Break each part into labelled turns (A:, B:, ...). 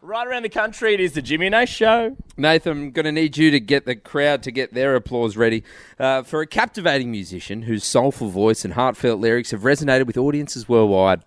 A: right around the country. It is the Jimmy and Ace Show.
B: Nathan, going to need you to get the crowd to get their applause ready uh, for a captivating musician whose soulful voice and heartfelt lyrics have resonated with audiences worldwide.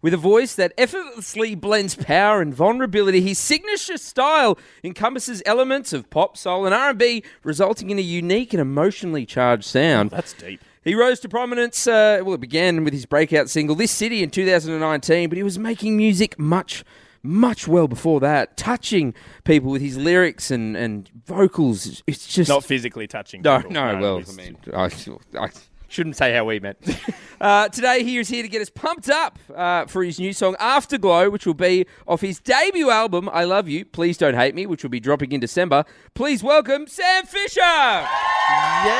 B: With a voice that effortlessly blends power and vulnerability, his signature style encompasses elements of pop, soul, and R&B, resulting in a unique and emotionally charged sound.
A: That's deep.
B: He rose to prominence. Uh, well, it began with his breakout single "This City" in 2019, but he was making music much, much well before that, touching people with his lyrics and and vocals. It's just
A: Not physically touching.
B: no,
A: people.
B: no. Well, I
A: it's-
B: mean, I, I shouldn't say how we met. uh, today, he is here to get us pumped up uh, for his new song "Afterglow," which will be off his debut album "I Love You." Please don't hate me, which will be dropping in December. Please welcome Sam Fisher.
A: Yeah.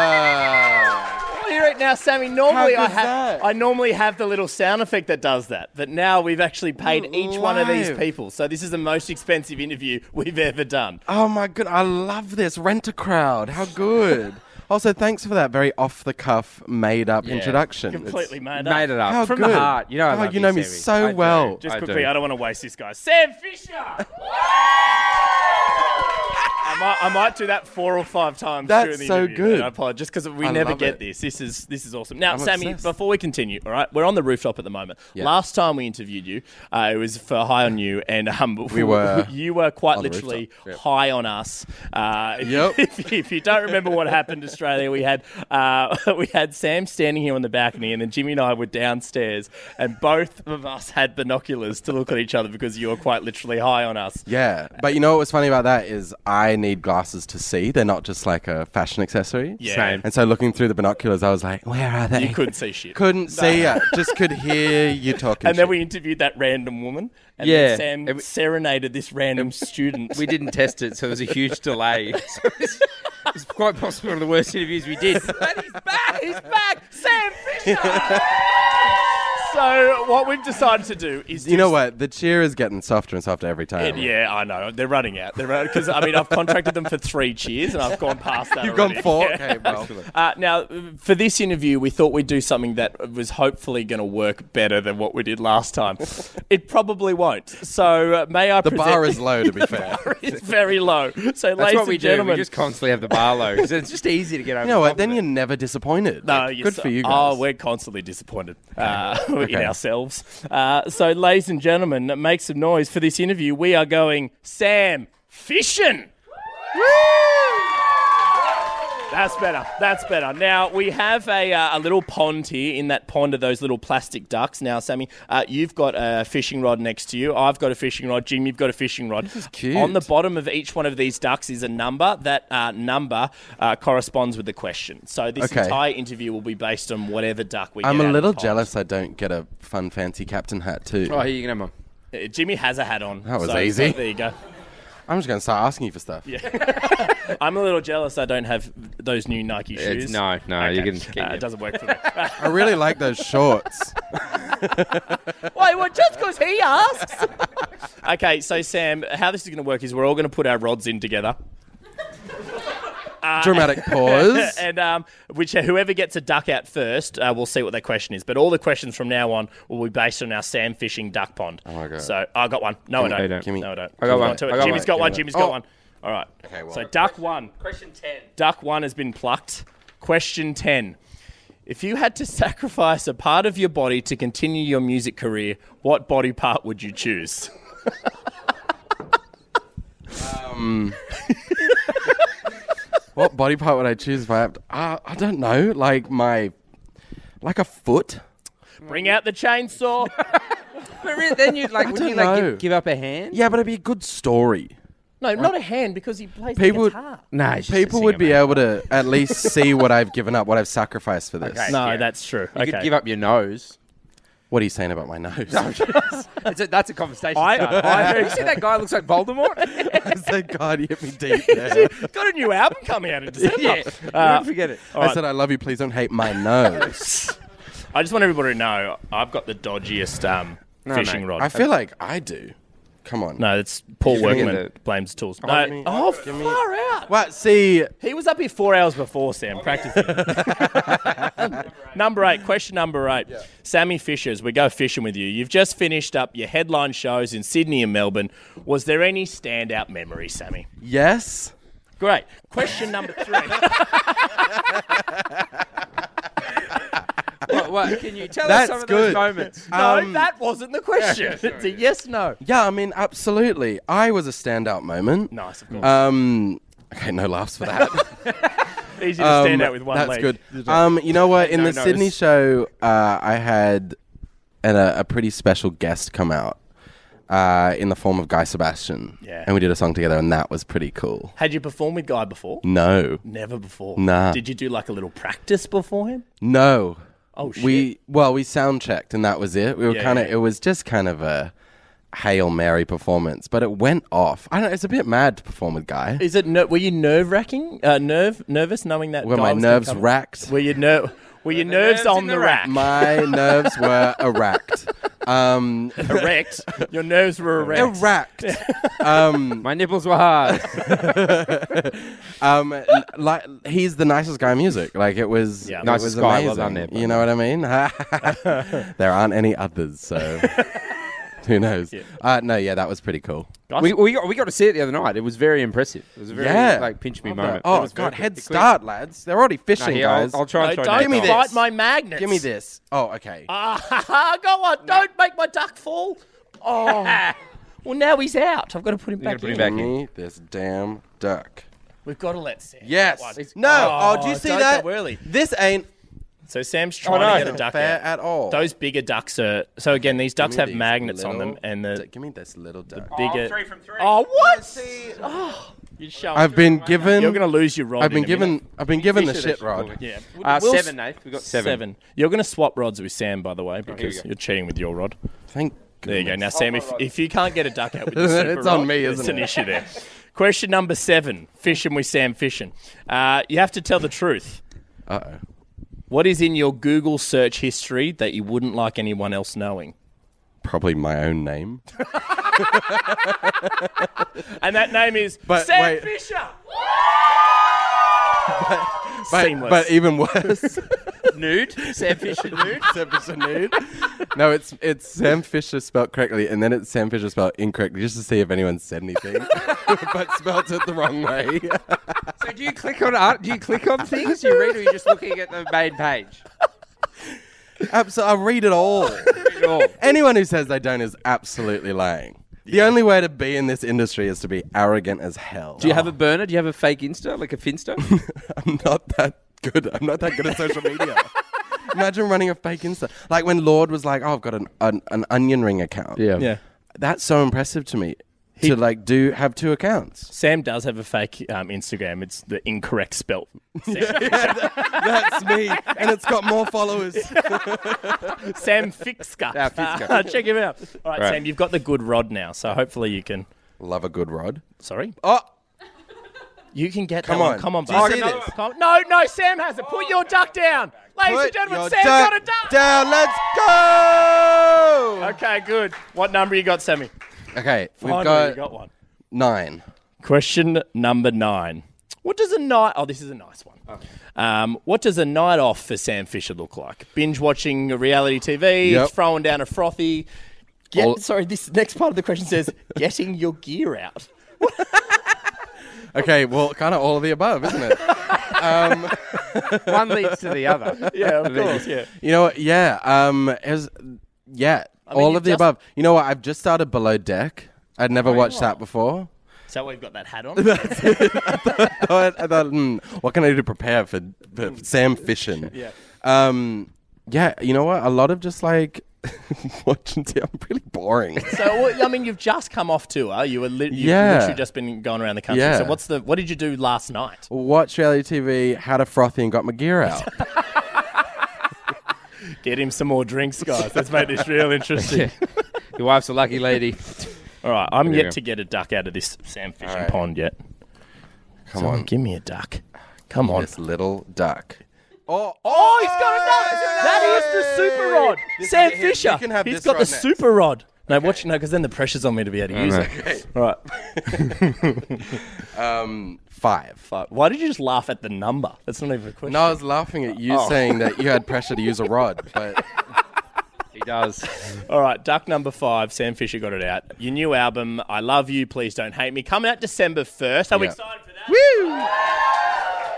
A: Well, Hear it now, Sammy. Normally,
C: How
A: I
C: good's
A: have
C: that?
A: I normally have the little sound effect that does that, but now we've actually paid each one of these
C: Live.
A: people. So this is the most expensive interview we've ever done.
C: Oh my good, I love this. Rent a crowd. How good. also, thanks for that very off the cuff, made up introduction. It's-
A: Completely made up.
B: Made it up
C: How
B: from
C: good.
B: the heart. You know, I
C: Oh,
B: love
C: you know me
B: Sammy.
C: so
B: I do.
C: well.
A: Just
B: I
A: quickly,
B: do.
A: I don't want to waste this guy. Sam Fisher. I might, I might do that four or five times.
C: That's
A: during the
C: so
A: interview,
C: good.
A: and I apologize, just because we
C: I
A: never
C: love
A: get
C: it.
A: this. This is this is awesome. Now,
C: I'm
A: Sammy,
C: obsessed.
A: before we continue, all right, we're on the rooftop at the moment. Last time we interviewed you, uh, it was for high on you, and um, we
C: were
A: you were quite
C: on the
A: literally
C: rooftop. Yep.
A: high on us. Uh, if-
C: Yep.
A: if, if you don't remember what happened, Australia, we had uh, we had Sam standing here on the balcony, and then Jimmy and I were downstairs, and both of us had binoculars to look at each other because you were quite literally high on us.
C: Yeah, but you know what was funny about that is I need glasses to see. They're not just like a fashion accessory.
A: Yeah. Same.
C: And so looking through the binoculars, I was like, where are they?
A: You couldn't see shit.
C: Couldn't see it. Just could hear you talking.
A: And then
C: shit.
A: we interviewed that random woman, and
B: Yeah.
A: then Sam
B: And we-
A: serenaded this random student.
B: We didn't test it, so there was a huge delay. So it's, it's quite possible one of the worst interviews we did. But he's back! He's back! Sam Fisher!
A: so what we've decided to do is
C: you know
A: just-
C: what? The cheer is getting softer and softer every time.
A: And yeah, I know they're running out. They're because I mean I've contracted them for three cheers, and I've gone past that.
C: You've gone
A: already.
C: four?
A: Yeah.
C: Okay, well.
A: Uh, now, for this interview, we thought we'd do something that was hopefully going to work better than what we did last time. it probably won't. So, uh, may I
C: The
A: present-
C: bar is low, to be fair.
A: It's very low. So,
B: That's
A: ladies
B: what we
A: and
B: do.
A: gentlemen,
B: We just constantly have the bar low. 'cause It's just easy to get over.
C: You know
B: the
C: what?
B: top
C: Then
B: of
C: you're
B: it.
C: never disappointed.
A: No,
C: Like,
A: you're
C: good
A: so-
C: for you guys.
A: Oh, we're constantly disappointed uh, in ourselves. Uh, so, ladies and gentlemen, make some noise for this interview. We are going Sam Fishin. That's better. That's better. Now we have a, uh, a little pond here. In that pond are those little plastic ducks. Now, Sammy, uh, you've got a fishing rod next to you. I've got a fishing rod. Jim, you've got a fishing rod. This is
C: cute.
A: On the bottom of each one of these ducks is a number. That uh, number uh, corresponds with the question. So this
C: Okay.
A: entire interview will be based on whatever duck we.
C: I'm
A: get out
C: a
A: of
C: little
A: the pond.
C: jealous I don't get a fun, fancy captain hat, too.
B: Oh, here you can have one.
A: Uh, Jimmy has a hat on.
C: That was
A: so-
C: easy.
A: so there you go.
C: I'm just going to start asking you for stuff.
A: I'm a little jealous. I don't have those new Nike shoes.
B: It's, no, no, you can keep
A: Uh, it
B: it.
A: doesn't work for me.
C: I really like those shorts.
A: Wait, well, just because he asks. okay, so Sam, how this is going to work is we're all going to put our rods in together,
C: Dramatic pause.
A: Uh, and um, which whoever gets a duck out first, uh, we'll see what their question is. But all the questions from now on will be based on our Sam fishing duck pond. Oh
C: my God.
A: So I got one. No, I
B: me-
A: don't.
B: no, give
C: me-
A: No, I don't.
B: I got one.
A: Two-
B: I got
A: Jimmy's got
B: one. Give
A: one.
B: me
A: Jimmy's
C: one.
A: got
C: Oh.
A: one. All right. Okay.
C: well-
A: so duck one. Question ten. Duck one has been plucked. Question ten. If you had to sacrifice a part of your body to continue your music career, what body part would you choose?
C: what body part would I choose if I have to? Uh, I don't know. Like my, like a foot.
A: Bring out the chainsaw.
B: But really, then you'd like, would you
C: don't
B: like
C: know.
B: give, give up a hand?
C: Yeah, but it'd be a good story.
A: No, not a hand because he plays
C: People-
A: the guitar.
B: No, it's just a
C: People would
B: singer,
C: be
B: mate.
C: able to at least see what I've given up, what I've sacrificed for this.
B: Okay.
A: No,
B: Yeah.
A: that's true.
B: You could give up your nose.
C: What are you saying about my nose?
B: It's a, that's a conversation.
A: I-
B: starter.
A: I-
B: Did you see that guy looks like Voldemort?
C: I said, God, you hit me deep there.
A: Got a new album coming out in December.
B: yeah,
A: Uh,
B: don't forget it.
C: I said, I love you. Please don't hate my nose.
A: I just want everybody to know I've got the dodgiest um, fishing
B: mate.
A: rod.
C: I feel like I do. Come on.
A: No, it's Paul
C: Give me
A: Workman
B: the-
A: blames tools.
C: Oh,
A: No,
C: give me-
A: oh,
C: give me-
A: far out.
C: Well, see,
A: He was up here four hours before Sam practicing. number eight, question number eight. Sammy Fishers, we go fishing with you. You've just finished up your headline shows in Sydney and Melbourne. Was there any standout memory, Sammy?
C: yes.
A: Great. Question number three.
B: What, what, can you tell us
C: That's
B: some of those
C: good.
B: moments?
A: No,
C: Um,
A: that wasn't the question. it's a yes, no.
C: Yeah, I mean, absolutely. I was a standout moment.
A: Nice, of course.
C: Um, okay, no laughs for that.
A: Easy to stand
C: Um,
A: out with one
C: that's
A: leg.
C: good. Um, you know what? In
B: No
C: the
B: notice.
C: Sydney show, uh, I had an, a, a pretty special guest come out uh, in the form of Guy Sebastian.
A: Yeah.
C: And we did a song together, and that was pretty cool.
A: Had you performed with Guy before?
C: No,
A: Never before.
C: Nah.
A: Did you do like a little practice before him?
C: no.
A: Oh, shit.
C: We well, we sound checked, and that was it. We were
A: Yeah,
C: kind of.
A: yeah.
C: It was just kind of a hail mary performance, but it went off. I don't. know, It's a bit mad to perform with Guy.
A: Is it ner- were you nerve wracking? Uh, nerve nervous knowing that
C: Were
A: Guy
C: my
A: was gonna
C: nerves
A: come-
C: racked?
A: Were your ner- were your nerves,
B: nerves
A: on
B: in
A: the
B: the
A: rack?
C: My nerves were erect. Um,
A: erect. Your nerves were erect.
C: erect. um,
B: My nipples were hard.
C: um, like he's the nicest guy in music. Like it was,
A: Yeah.
C: it
A: Nicest
C: was
B: guy, well
C: amazing.
B: done there,
C: you know what I mean? there aren't any others, so who knows? Uh, no, yeah, that was pretty cool.
A: Guys-
B: we, we, got, we got to see it the other night. It was very impressive. It was a very
C: Yeah.
B: like pinch me
C: Love that.
B: moment. It
C: Oh
B: was
C: God,
B: very
C: head
B: good.
C: start, lads. They're already fishing,
B: Here, I'll,
C: guys.
B: I'll try and
A: No,
B: throw
A: don't
C: Give me
B: Nathan.
C: this.
A: bite my magnets.
C: Give me this. Oh, okay.
A: Ah, ha, ha, go on. Don't make my duck fall. Oh. well, now he's out. I've got to put him
B: gotta
A: back
B: put
A: in.
B: him back
C: Give me this damn duck.
A: We've got to let Sam.
C: Yes.
A: That one.
C: No. Oh, do you see
A: don't
C: that?
A: go early.
C: This ain't
A: So Sam's trying
B: no.
A: to get a duck
C: fair
A: out.
C: at all.
A: Those bigger ducks are. So again, these ducks
C: Give me
A: have
C: these
A: magnets on them,
C: little
A: and the
C: duck. give me this little duck.
A: bigger.
B: three from three.
A: Oh, what? Oh, you show.
C: I've been given.
A: You're going to lose your rod.
C: I've
A: in
C: been
A: a
C: given.
A: minute.
C: I've been given the
B: Should have-
C: shit rod.
B: Yeah.
A: Yeah.
B: Uh,
A: We'll
B: seven, Nate. We got seven.
A: seven. You're going to swap rods with Sam, by the
C: Oh,
A: way, because
B: go.
A: you're cheating with your rod.
C: Thank.
A: There you go. Now, Sam, if, if you can't get a duck out with the
C: It's
A: super
C: on
A: rod,
C: me,
A: it's
C: isn't
A: an
C: it?
A: issue there. Question number seven: Fishing with Sam Fishing. Uh, you have to tell the truth.
C: Uh oh.
A: What is in your Google search history that you wouldn't like anyone else knowing?
C: Probably my own name.
A: And that name is
C: But
A: Sam
C: wait.
A: Fisher.
C: But,
A: Seamless.
C: but even worse,
B: Nude. Sam Fisher nude.
C: Sam Fisher nude. No, it's it's Sam Fisher spelled correctly, and then it's Sam Fisher spelled incorrectly, just to see if anyone said anything, but spelled it the wrong way.
B: So do you click on art? Do you click on things? You read, or are you just looking at the main page?
C: Absolutely, I read it all.
B: Read it all.
C: Anyone who says they don't is absolutely lying. The only way to be in this industry is to be arrogant as hell.
B: Do you have a burner? Do you have a fake Insta, like a Finsta?
C: I'm not that good. I'm not that good at social media. Imagine running a fake Insta. Like when Lord was like, "Oh, I've got an an, an onion ring account."
A: Yeah.
C: that's so impressive to me. to like do have two accounts.
A: Sam does have a fake um, Instagram. It's the incorrect spelt.
C: That's me, and it's got more followers.
A: Sam Fixka.
B: Ah, Fixka.
A: Ah, check him out. All right,
B: Right.
A: Sam, you've got the good rod now, so hopefully you can.
C: Love a good rod.
A: Sorry,
C: Oh,
A: you can get.
C: Come
A: that one.
C: on.
A: come on,
C: Do you
A: bud.
C: see this?
A: Come- No, no, Sam has it. Put your duck down, ladies and
C: put
A: gentlemen.
C: your
A: Sam's
C: duck
A: got a duck.
C: down. Let's go.
A: Okay, good. What number you got, Sammy?
C: Okay, we've
A: Finally,
C: got,
A: you got one.
C: nine.
A: Question number nine. What does a night? Oh, this is a nice one. Um, what does a night off for Sam Fisher look like? Binge watching reality TV,
C: Yep.
A: throwing down a frothy. Get,
C: All-
A: sorry, this next part of the question says getting your gear out.
C: Okay, well, kind of all of the above, isn't it? Um,
B: One leads to the other.
A: Yeah, of course. Yeah.
C: You know what? Yeah. Um. It was, yeah.
A: mean,
C: all
A: you
C: of the
A: just-
C: above. You know what? I've just started Below Deck. I'd never watched that before.
A: So we've got that hat on.
C: But I thought, hmm, what can I do to prepare for, for Sam Fishin? yeah. Um. Yeah. You know what? A lot of just like watching. TV. I'm really boring.
A: so well, I mean, you've just come off tour. You were li- you've
C: Yeah.
A: literally just been going around the country.
C: Yeah. Oh.
A: So what's the? What did you do last night?
C: Watched reality TV, had a frothy, and got my gear out.
A: Get him some more drinks, guys. Let's make this real interesting.
B: Your wife's a lucky lady.
A: All right, I'm
B: Here we
A: yet
B: go.
A: to get a duck out of this Sam Fishing
C: right.
A: pond yet.
C: Come on,
A: Give me a duck. Come on.
C: this little duck. Oh,
A: Oh, he's got a duck! That is the super rod.
C: This
A: Sam
C: is his.
A: Fisher.
C: You can have
A: he's
C: this
A: got
C: rod
A: the
C: next.
A: super rod. No, watch no, because then the pressure's on me to be able to use it. All right.
C: Um, five.
A: But why did you just laugh at the number? That's not even a question.
C: No, I was laughing at
A: Oh.
C: you saying that you had pressure to use a rod, but
B: He does.
A: All right, duck number five. Sam Fisher got it out. Your new album, I Love You, Please Don't Hate Me, coming out December 1st. I'm
C: Yeah.
A: excited for that.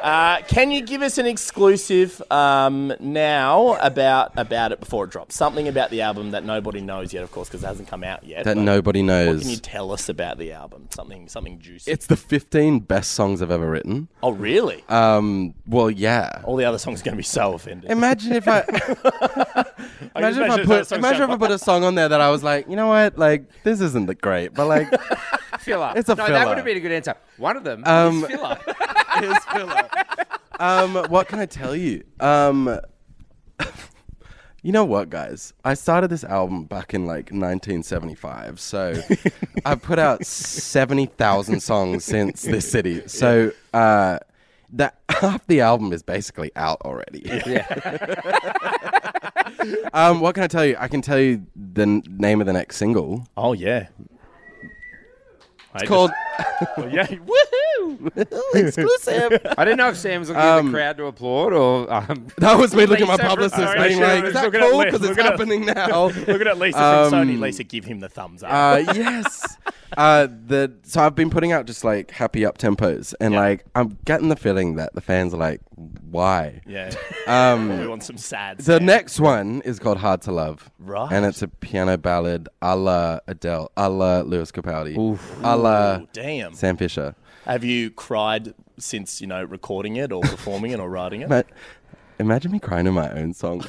A: Uh, can you give us an exclusive um, now about about it before it drops? Something about the album that nobody knows yet, of course, because it hasn't come out yet.
C: that
A: but
C: nobody
A: Can you
C: knows.
A: tell us about the album? Something something juicy.
C: It's the 15 best songs I've ever written.
A: oh, really?
C: Um, well, yeah.
A: All the other songs are going to be so offended.
C: Imagine if I imagine if I
A: those
C: put
A: songs
C: imagine if I
A: jump
C: put a song on there that I was like, you know what, like this isn't that great, but like
B: Filler.
C: It's a
B: no,
C: filler.
B: that would have been a good answer. One of them
C: Um,
B: is filler.
C: it is filler. Um, what can I tell you? Um, you know what, guys? I started this album back in like 1975, so I've put out 70,000 songs since this city. So uh, that half the album is basically out already. um, what can I tell you? I can tell you the n- name of the next single.
A: Oh yeah. It's
C: Called
A: oh, yeah. Woohoo!
C: Exclusive.
B: I don't know if Sam's looking at the crowd to applaud or. Um,
C: That was me looking at my
B: Lisa from-
C: publicist,
A: Sorry,
C: being
A: sure,
C: like,
A: we're
C: "Is that
A: looking at
C: cool?
A: Lisa,
C: Because it's
A: looking at-
C: happening now."
A: Looking at Lisa from
C: Um,
A: Sony. Lisa, give him the thumbs up.
C: Uh, yes. Uh, the so I've been putting out just like happy up tempos, and like I'm getting the feeling that the fans are like, "Why?"
A: yeah. we
C: Um,
A: want some sad.
C: the
A: Sam.
C: next one is called "Hard to Love,"
A: Right.
C: And it's a piano ballad, a la Adele, a la Lewis Capaldi, a la
A: Oh, damn.
C: Sam Fisher.
A: Have you cried since you know recording it or performing it or writing it?
C: But imagine me crying in my own song.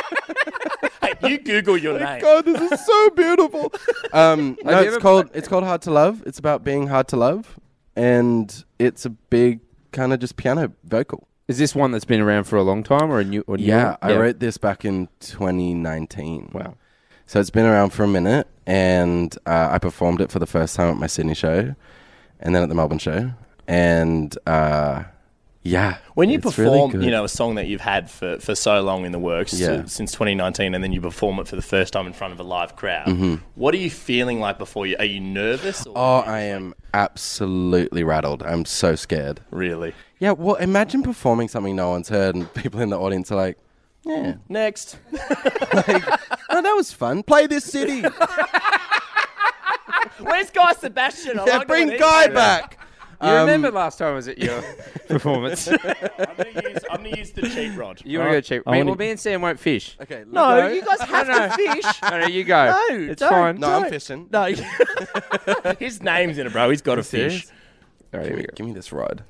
A: hey, you Google your name.
C: Oh God, this is so beautiful. Um, no,
B: you
C: it's
B: ever-
C: called it's called Hard to Love. It's about being hard to love, and it's a big kind of just piano vocal.
B: is this one that's been around for a long time or a new? Or new
C: Yeah,
B: one?
C: I wrote this back in 2019.
B: Wow.
C: So it's been around for a minute, and uh, I performed it for the first time at my Sydney show, and then at the Melbourne show, and uh, yeah,
A: When you
C: it's really
A: perform,
C: good.
A: you know, a song that you've had for, for so long in the works
C: Yeah.
A: s- since 2019, and then you perform it for the first time in front of a live crowd. What are you feeling like before you? Are you nervous? Or
C: Mm-hmm. Oh, I am absolutely rattled. I'm so scared.
A: really?
C: Yeah, well, imagine performing something no one's heard and people in the audience are like, yeah,
A: Next.
C: oh, that was fun. Play this city.
A: Where's Guy Sebastian? I
C: yeah,
A: like
C: bring
A: all these
C: Guy
A: guys.
C: back.
B: You
C: um,
B: remember last time I was at your performance?
A: I'm gonna use, I'm gonna use the cheat rod.
B: You want to go cheap?
A: I
B: Me,
A: wanna-
B: well, me and Sam won't fish.
C: Okay, let
A: no,
C: go.
A: you guys have to fish.
B: No, no, you go.
A: No,
B: it's
A: don't,
B: fine.
C: No, I'm fishing.
A: No, his name's in it, bro. He's got a fish.
B: All right, here we go.
C: Give me this rod.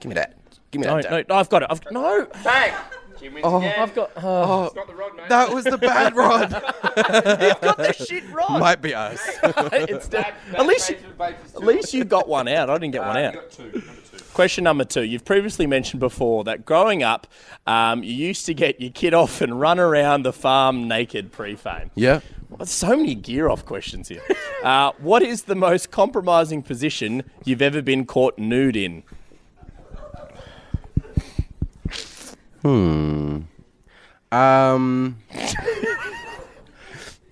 C: Give me that. Give me
A: No,
C: that.
A: no, I've got it. I've, no,
B: Bang! Jimmy's
C: Oh,
B: again.
A: I've got. Uh,
C: Oh,
B: Got the wrong name.
C: that was the bad rod.
A: got the shit right.
C: Might be us.
A: It's dead. at least, at least you got one out. I didn't get one out. Question number two. You've previously mentioned before that growing up, um, you used to get your kid off and run around the farm naked pre-fame.
C: yeah.
A: Well, So many gear off questions here. Uh, what is the most compromising position you've ever been caught nude in?
C: Um,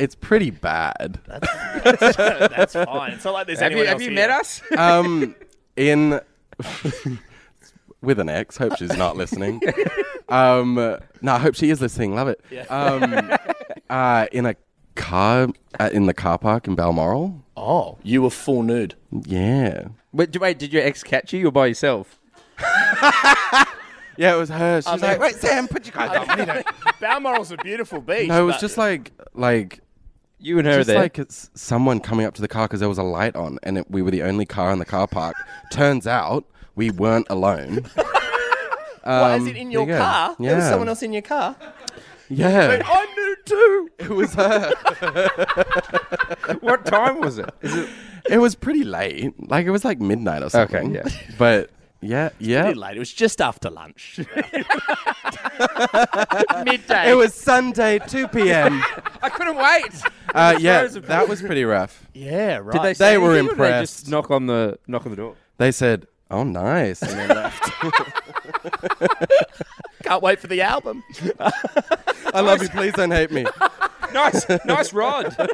C: it's pretty bad.
A: That's fine. It's not like there's
B: Have you,
A: anyone
B: have
A: else
B: you
A: here.
B: met us?
C: um, in with an ex. Hope she's not listening. Um, no, I hope she is listening. Love it. Um, uh, in a car uh, in the car park in Balmoral.
A: Oh, you were full nude.
C: Yeah,
B: Wait, d- wait, did your ex catch you? You're by yourself.
C: yeah, it was her. She was
A: mean-
C: like, "Wait, Sam, put your guys up."
A: Balmoral's a beautiful beach.
C: No, it was
A: but-
C: just like like.
B: You and her
C: Just
B: there.
C: like it's someone coming up to the car because there was a light on, and it, we were the only car in the car park. Turns out we weren't alone.
A: Why is
C: Um,
A: it in your
C: there you go.
A: car? There was
C: Yeah.
A: someone else in your car.
C: Yeah,
A: I'm nude too.
C: it was uh, her.
B: what time was it? Is it
C: It was pretty late. Like it was like midnight or something.
B: yeah.
C: But yeah, yeah.
A: Pretty late. It was just after lunch.
B: midday?
C: It was Sunday, 2 p.m.
B: I couldn't wait.
C: uh, yeah,
B: Throws of-
C: that was pretty rough.
A: yeah, right.
B: Did
C: They
B: say
C: were
B: anything or did They
C: impressed.
B: just knock on the knock on the door.
C: They said, "Oh, nice." And then left.
A: Can't wait for the album.
C: I love you. Please don't hate me.
B: nice, nice rod. Are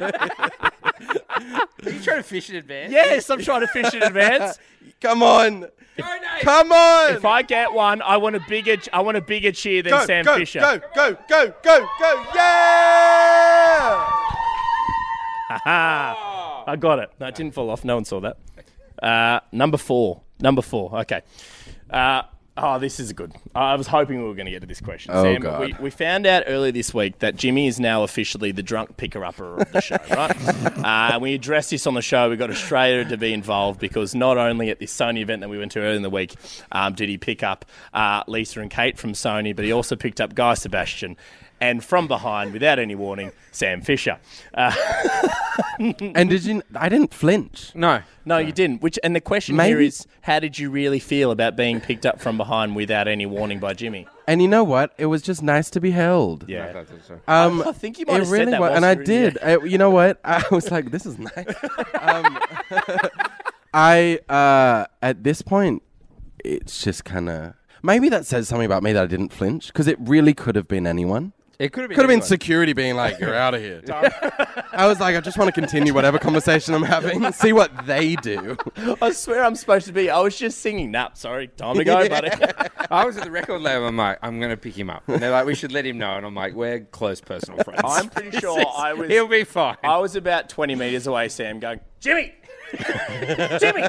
B: you trying to fish in advance?
A: Yes, I'm trying to fish in advance.
C: Come on.
B: Donate.
C: Come on.
A: If I get one, I want a bigger, I want a bigger cheer than
C: go,
A: Sam
C: go,
A: Fisher.
C: Go, go, go, go, go. Yeah.
A: I got it. No, it didn't fall off. No one saw that. Uh, number four. Number four. Okay. Uh, oh, this is good. I was hoping we were going to get to this question.
C: Oh,
A: Sam,
C: God.
A: We, we found out earlier this week that Jimmy is now officially the drunk picker upper of the show, right? uh, we addressed this on the show. We got Australia to be involved because not only at this Sony event that we went to earlier in the week um, did he pick up uh, Lisa and Kate from Sony, but he also picked up Guy Sebastian. And from behind, without any warning, Sam Fisher.
C: And did you? I didn't flinch.
B: No.
A: No, you didn't. Which and the question here
C: Maybe-
A: is, how did you really feel about being picked up from behind without any warning by Jimmy?
C: And you know what? It was just nice to be held.
A: Yeah, Uh,
C: Um,
A: I think you might have
C: it
A: said
C: really
A: that
C: was,
A: whilst
C: and I
A: you were in the
C: did. I, you know what? I was like, this is nice. Um, I uh, at this point, it's just kind of maybe that says something about me that I didn't flinch because it really could have been anyone.
B: It could have been.
C: Could have been
B: anyone.
C: security being like, "You're out of here." I was like, I just want to continue whatever conversation I'm having, see what they do.
A: I swear I'm supposed to be. I was just singing. Nah, sorry, time to go, buddy.
B: I was at the record label. I'm like, I'm going to pick him up. And they're like, we should let him know. And I'm like, we're close personal friends.
A: I'm pretty sure
B: This is-
A: I was.
B: He'll be fine.
A: I was about 20 meters away. Sam going, Jimmy, Jimmy,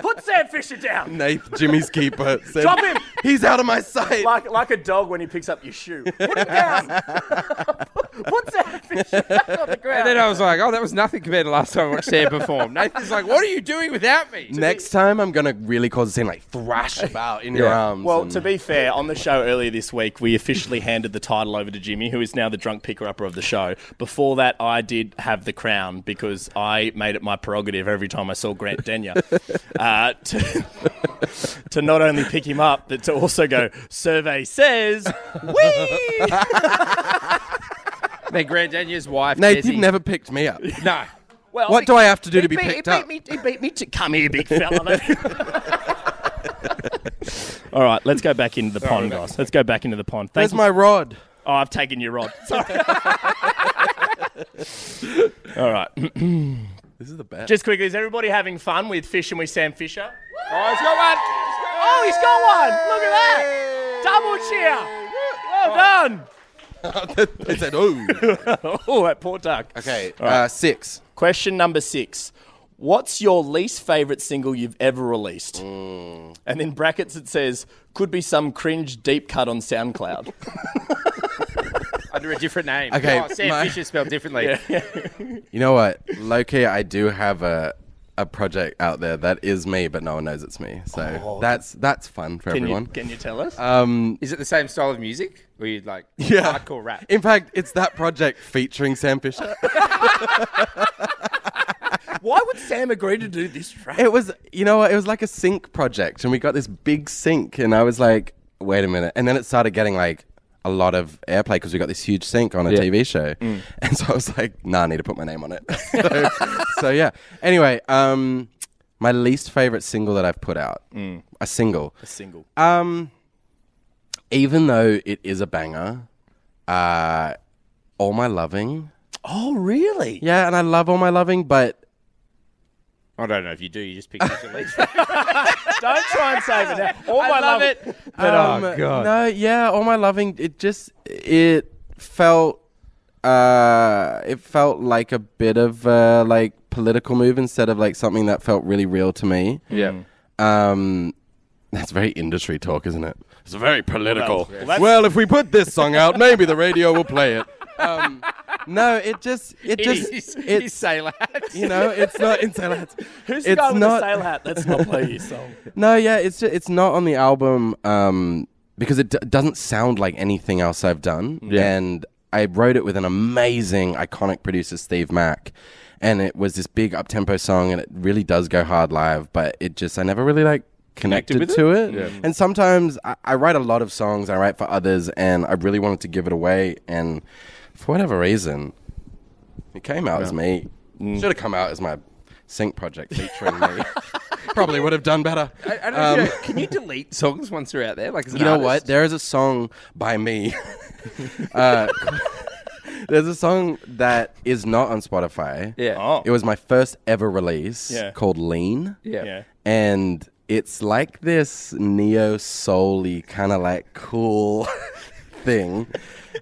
A: put Sam Fisher down.
C: Nath, Jimmy's keeper. Said,
A: Drop him!
C: He's out of my sight.
A: Like, like a dog when he picks up your shoe. Put him down. Put Sam Fisher back on the ground.
B: and then I was like, oh, that was nothing compared to last time I watched Sam perform. Nathan's like, what are you doing without me?
C: Next time, I'm gonna really cause a scene, like thrash about in your
B: Yeah.
C: arms.
A: Well,
C: and-
A: to be fair, on the show earlier this week, we officially handed the title over to Jimmy, who is now the drunk picker upper of the show. Before that, I did have the crown because I made it my prerogative every time I saw Grant Denyer uh, to, to not only pick him up, but to also go, survey says, wee!
B: Then Grand Danier's wife.
C: Nate,
B: Desi-
C: you've never picked me up.
B: No.
A: Well,
C: What do I have to do
A: he
C: to be
A: beat- he
C: picked
A: beat
C: up?
A: Me, he beat me to come here, big fella. All right, let's go back into the pond, guys. Let's go back into the pond. Thank
C: Where's
A: you
C: my rod?
A: Oh, I've taken your rod. Sorry. All right.
C: This is the best.
A: Just quickly, is everybody having fun with Fish and with Sam Fisher?
B: Oh, he's got one.
A: Oh, he's got one! Look at that! Double cheer!
C: Oh.
A: Well done!
C: they said, "Oh,
A: Oh, that poor duck.
C: okay." Uh, six.
A: Question number six. What's your least favourite single you've ever released?
C: Mm.
A: And in brackets it says, could be some cringe deep cut on SoundCloud.
B: Under a different name.
C: Okay,
B: Oh, Sam
C: my-
B: Fisher spelled differently.
C: You know what, Loki? I do have a a project out there that is me, but no one knows it's me. So Oh, that's that's fun for
A: can, you,
C: everyone.
A: can you tell us?
C: um,
B: Is it the same style of music? Or you like
C: Yeah.
B: hardcore rap?
C: in fact, it's that project featuring Sam Fisher.
A: Why would Sam agree to do this track?
C: it was, you know, what? it was like a sync project, and we got this big sync, and I was like, "Wait a minute!" And then it started getting like a lot of airplay because we got this huge sync on a TV show, and so I was like, "Nah, I need to put my name on it." so, so yeah. Anyway, um, my least favorite single that I've put out, a single.
A: Single.
C: Um, even though it is a banger, uh, all my loving.
A: Oh, really?
C: Yeah, and I love all my loving, but
B: I don't know if you do. You just pick up your least.
A: Don't try and save it now. All I,
B: love it. But,
C: Um,
A: Oh,
C: No, yeah, all my loving. It just it felt uh it felt like a bit of uh like political move instead of like something that felt really real to me.
B: Yeah.
C: Um that's very industry talk, isn't it? It's very political. Well,
A: that's-
C: if we put this song out, maybe the radio will play it. Um, no, it just it just
B: he's, he's
C: it's
B: sailor hat.
C: you know, it's not in Salat.
A: Who's the
C: it's
A: guy with the
C: not,
A: sail hat? Let's not play your song.
C: No, yeah, it's just, it's not on the album um, because it d- doesn't sound like anything else I've done. And I wrote it with an amazing, iconic producer, Steve Mack. And it was this big up tempo song, and it really does go hard live, but it just, I never really like connected,
B: with
C: to it. And sometimes I, I write a lot of songs, I write for others, and I really wanted to give it away. And for whatever reason, it came out as me. Should have come out as my sync project featuring me. Probably would have done better.
B: I don't know if you- can you delete songs once they're out there? Like, as an
C: You know
B: artist?
C: what? There is a song by me. uh, There's a song that is not on Spotify.
B: Yeah.
A: Oh.
C: It was my first ever release
A: Yeah.
C: called Lean.
B: Yeah.
A: yeah.
C: And it's like this neo souly kind of like cool thing.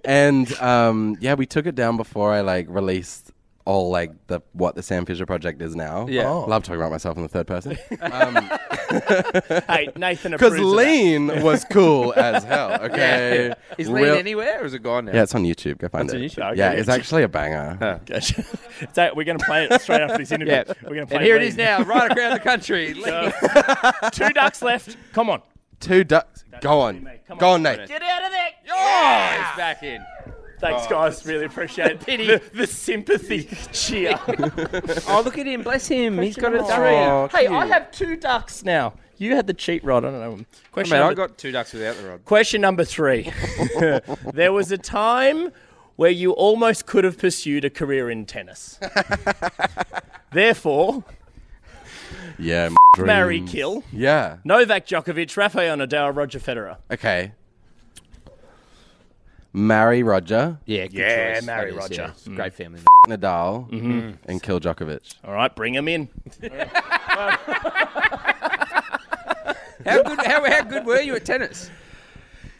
C: And um, yeah, we took it down before I like released all like the what the Sam Fisher project is now.
B: Yeah. Oh.
C: Love talking about myself in the third person.
A: Hey, Nathan approves.
C: Because
A: of that.
C: lean was cool as hell. Okay.
B: Is
C: Real-
B: Lean anywhere or is it gone now?
C: Yeah, it's on YouTube. Go find
B: It's on
C: it.
B: YouTube.
C: Yeah,
A: Okay.
C: it's actually a banger.
A: Gotcha. so we're going to play it straight after this interview.
B: Yeah.
A: We're going to play
B: And here it
A: Lean.
B: is now, right across the country. Lean.
A: Two ducks left. Come on.
C: Two ducks. Go on.
A: mate. Come
C: Go
A: on.
C: on, Nate.
B: Get out of there! Yeah! He's back in.
A: Thanks, guys. Really appreciate it.
B: pity.
A: The, the sympathy cheer.
B: Oh, look at him. Bless him. He's got a
A: Aw,
B: three.
C: Oh,
A: hey, I
C: cute.
A: have two ducks now. You had the cheat rod. I don't know. Question,
B: Man, I
A: number,
B: got two ducks without the rod.
A: question number three. there was a time where you almost could have pursued a career in tennis. Therefore,
C: Yeah. dreams.
A: marry, kill.
C: Yeah.
A: Novak Djokovic, Rafael Nadal, Roger Federer.
C: Okay. Marry Roger,
B: Yeah, Mm. good
A: Yeah,
B: choice.
A: marry
B: That is,
A: Roger.
B: it's a Great family.
C: Nadal,
B: Mm-hmm.
C: and kill Djokovic.
A: All right, bring him in.
B: How good, how, how good were you at tennis?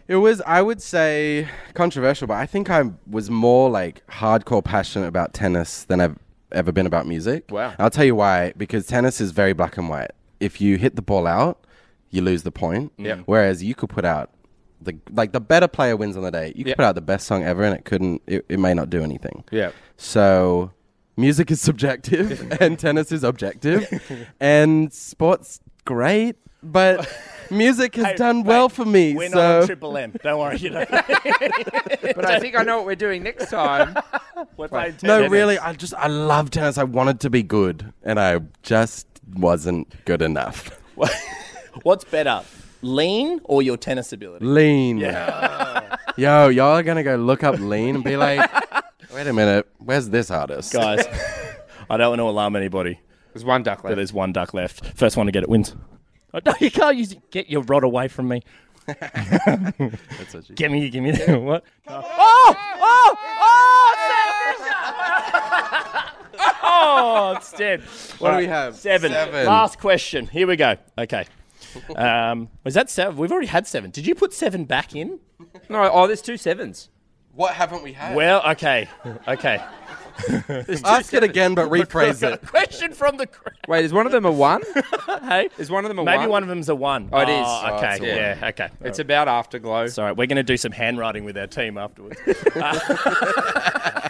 C: It was, I would say, controversial, but I think I was more like hardcore passionate about tennis than I've ever been about music.
B: Wow.
C: I'll tell you why, because tennis is very black and white. If you hit the ball out, you lose the point.
B: Yep.
C: Whereas you could put out the like the better player wins on the day. You could
B: Yep.
C: put out the best song ever and it couldn't it, it may not do anything.
B: Yeah.
C: So music is subjective and tennis is objective and sports great, but music has
A: Hey,
C: done
A: mate,
C: well for me.
A: We're
C: so
A: not on Triple M. Don't worry. You know,
B: But I think I know what we're doing next time.
A: we're playing tennis.
C: No, really, I just I love tennis. I wanted to be good, and I just wasn't good enough.
A: What's better, lean or your tennis ability?
C: Lean. Yo, y'all are gonna go look up lean and be like, wait a minute, where's this artist?
A: Guys, I don't want to alarm anybody,
B: There's one duck
A: but
B: left.
A: there's one duck left. First one to get it wins. Oh, no, you can't use it. Get your rod away from me.
C: That's what she-
A: Give me, give me that. What? Oh, oh, oh, it's Sam Fisher! oh, it's dead.
C: What do we have?
A: Seven.
C: Seven.
A: Last question. Here we go. Okay. Um, was that seven? We've already had seven. Did you put seven back in?
B: no, oh, there's two sevens.
C: What haven't we had?
A: Well, okay. Okay.
C: Ask it again, but rephrase it.
A: Question from the crowd.
B: Wait, is one of them a one?
A: Hey,
B: Is one of them a
A: maybe
B: one?
A: one? of them's a one.
B: Oh, it is.
A: Oh,
B: Oh,
A: okay.
B: it's a one.
A: yeah. Okay.
B: It's about afterglow.
A: All right, we're going to do some handwriting with our team afterwards. Uh,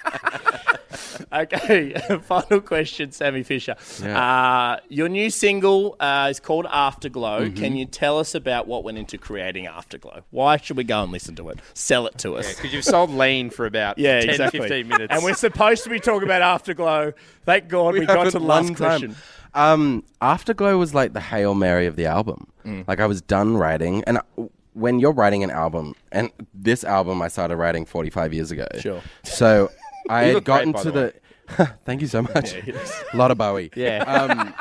A: okay, final question, Sammy Fisher. Uh, your new single uh, is called Afterglow.
C: Mm-hmm.
A: Can you tell us about what went into creating Afterglow? Why should we go and listen to it? Sell it to us.
B: Because you've sold lean for about
A: Yeah,
B: 10,
A: exactly.
B: 15 minutes.
A: And we're supposed to be talking about Afterglow. Thank God we, got to the last question.
C: Um, Afterglow was like the hail mary of the album.
B: Mm.
C: Like I was done writing, and I, when you're writing an album, and this album I started writing 45 years ago.
A: Sure.
C: So I
B: You
C: had
B: look great,
C: gotten
B: by
C: to
B: the
C: the. Thank you so much. A lot of Bowie.
B: Yeah.
C: Um,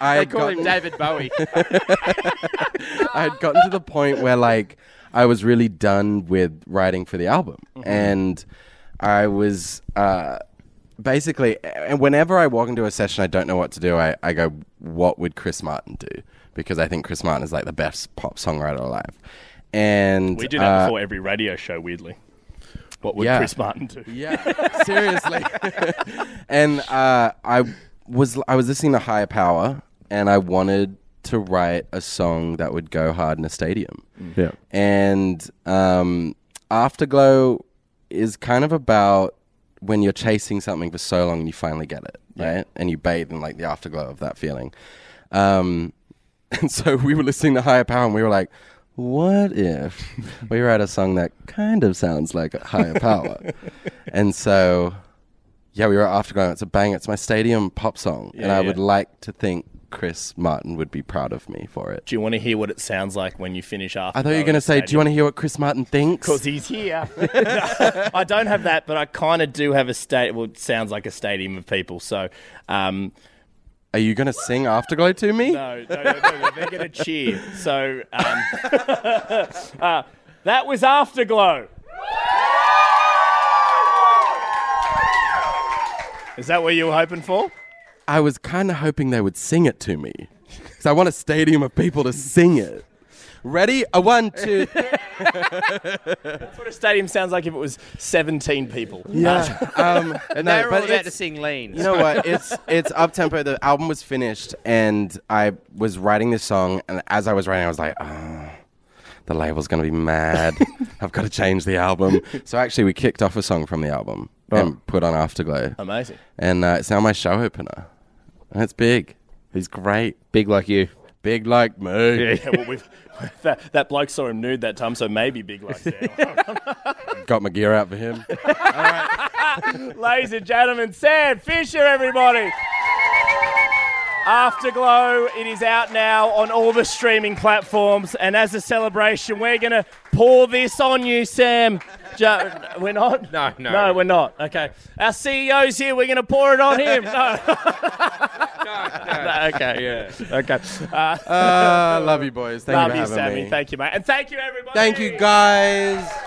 C: I had
B: Call him
C: gotten,
B: David Bowie.
C: I had gotten to the point where like I was really done with writing for the album,
A: Mm-hmm.
C: and I was uh, basically. And whenever I walk into a session, I don't know what to do. I, I go, "What would Chris Martin do?" Because I think Chris Martin is like the best pop songwriter alive. And
A: We do that
C: uh,
A: before every radio show, weirdly. What would
C: Yeah.
A: Chris Martin do?
C: Yeah, seriously. and uh, I was I was listening to Higher Power, and I wanted to write a song that would go hard in a stadium. Yeah. And um, Afterglow is kind of about when you're chasing something for so long and you finally get it, right? And you bathe in like the afterglow of that feeling. Um, and so we were listening to Higher Power and we were like, what if we write a song that kind of sounds like a Higher Power? and so, yeah, we were at Afterglow. It's a bang. It's my stadium pop song. and
A: Yeah,
C: I
A: yeah.
C: would like to think Chris Martin would be proud of me for it.
A: Do you want to hear what it sounds like when you finish after?
C: I thought you were going to say, do you want to hear what Chris Martin thinks?
A: Because he's here. I don't have that, but I kind of do have a state. Well, it sounds like a stadium of people. So, um,
C: Are you going to sing Afterglow to me?
A: no, no, no, no, no, they're going to cheer. So, um, uh, that was Afterglow. Is that what you were hoping for?
C: I was kind of hoping they would sing it to me. Because I want a stadium of people to sing it. Ready? A one, two.
A: That's what a stadium sounds like if it was 17 people.
C: Yeah. Um,
D: They
C: no,
D: were all
C: but
D: about
C: it's,
D: to sing lean.
C: You know what? It's it's up tempo. The album was finished, and I was writing this song. And as I was writing, I was like, oh, the label's gonna be mad. I've got to change the album. So actually, we kicked off a song from the album and put on Afterglow,
A: Amazing.
C: and uh, it's now my show opener. And it's big. He's great.
B: Big like you.
C: Big like me.
A: Yeah, well, we've, that, that bloke saw him nude that time, so maybe big like that.
C: Got my gear out for him.
A: Ladies and gentlemen, Sam Fisher, everybody. Afterglow, it is out now on all the streaming platforms, and as a celebration, we're gonna pour this on you, Sam. Jo- we're not.
B: No, no.
A: no, we're not. Okay, our CEO's here. We're gonna pour it on him. No. okay, yeah, okay. Uh,
C: Uh, love you, boys. Thank you
A: love
C: for
A: you,
C: having
A: Sammy.
C: me.
A: Thank you, mate, and thank you, everybody.
C: Thank you, guys.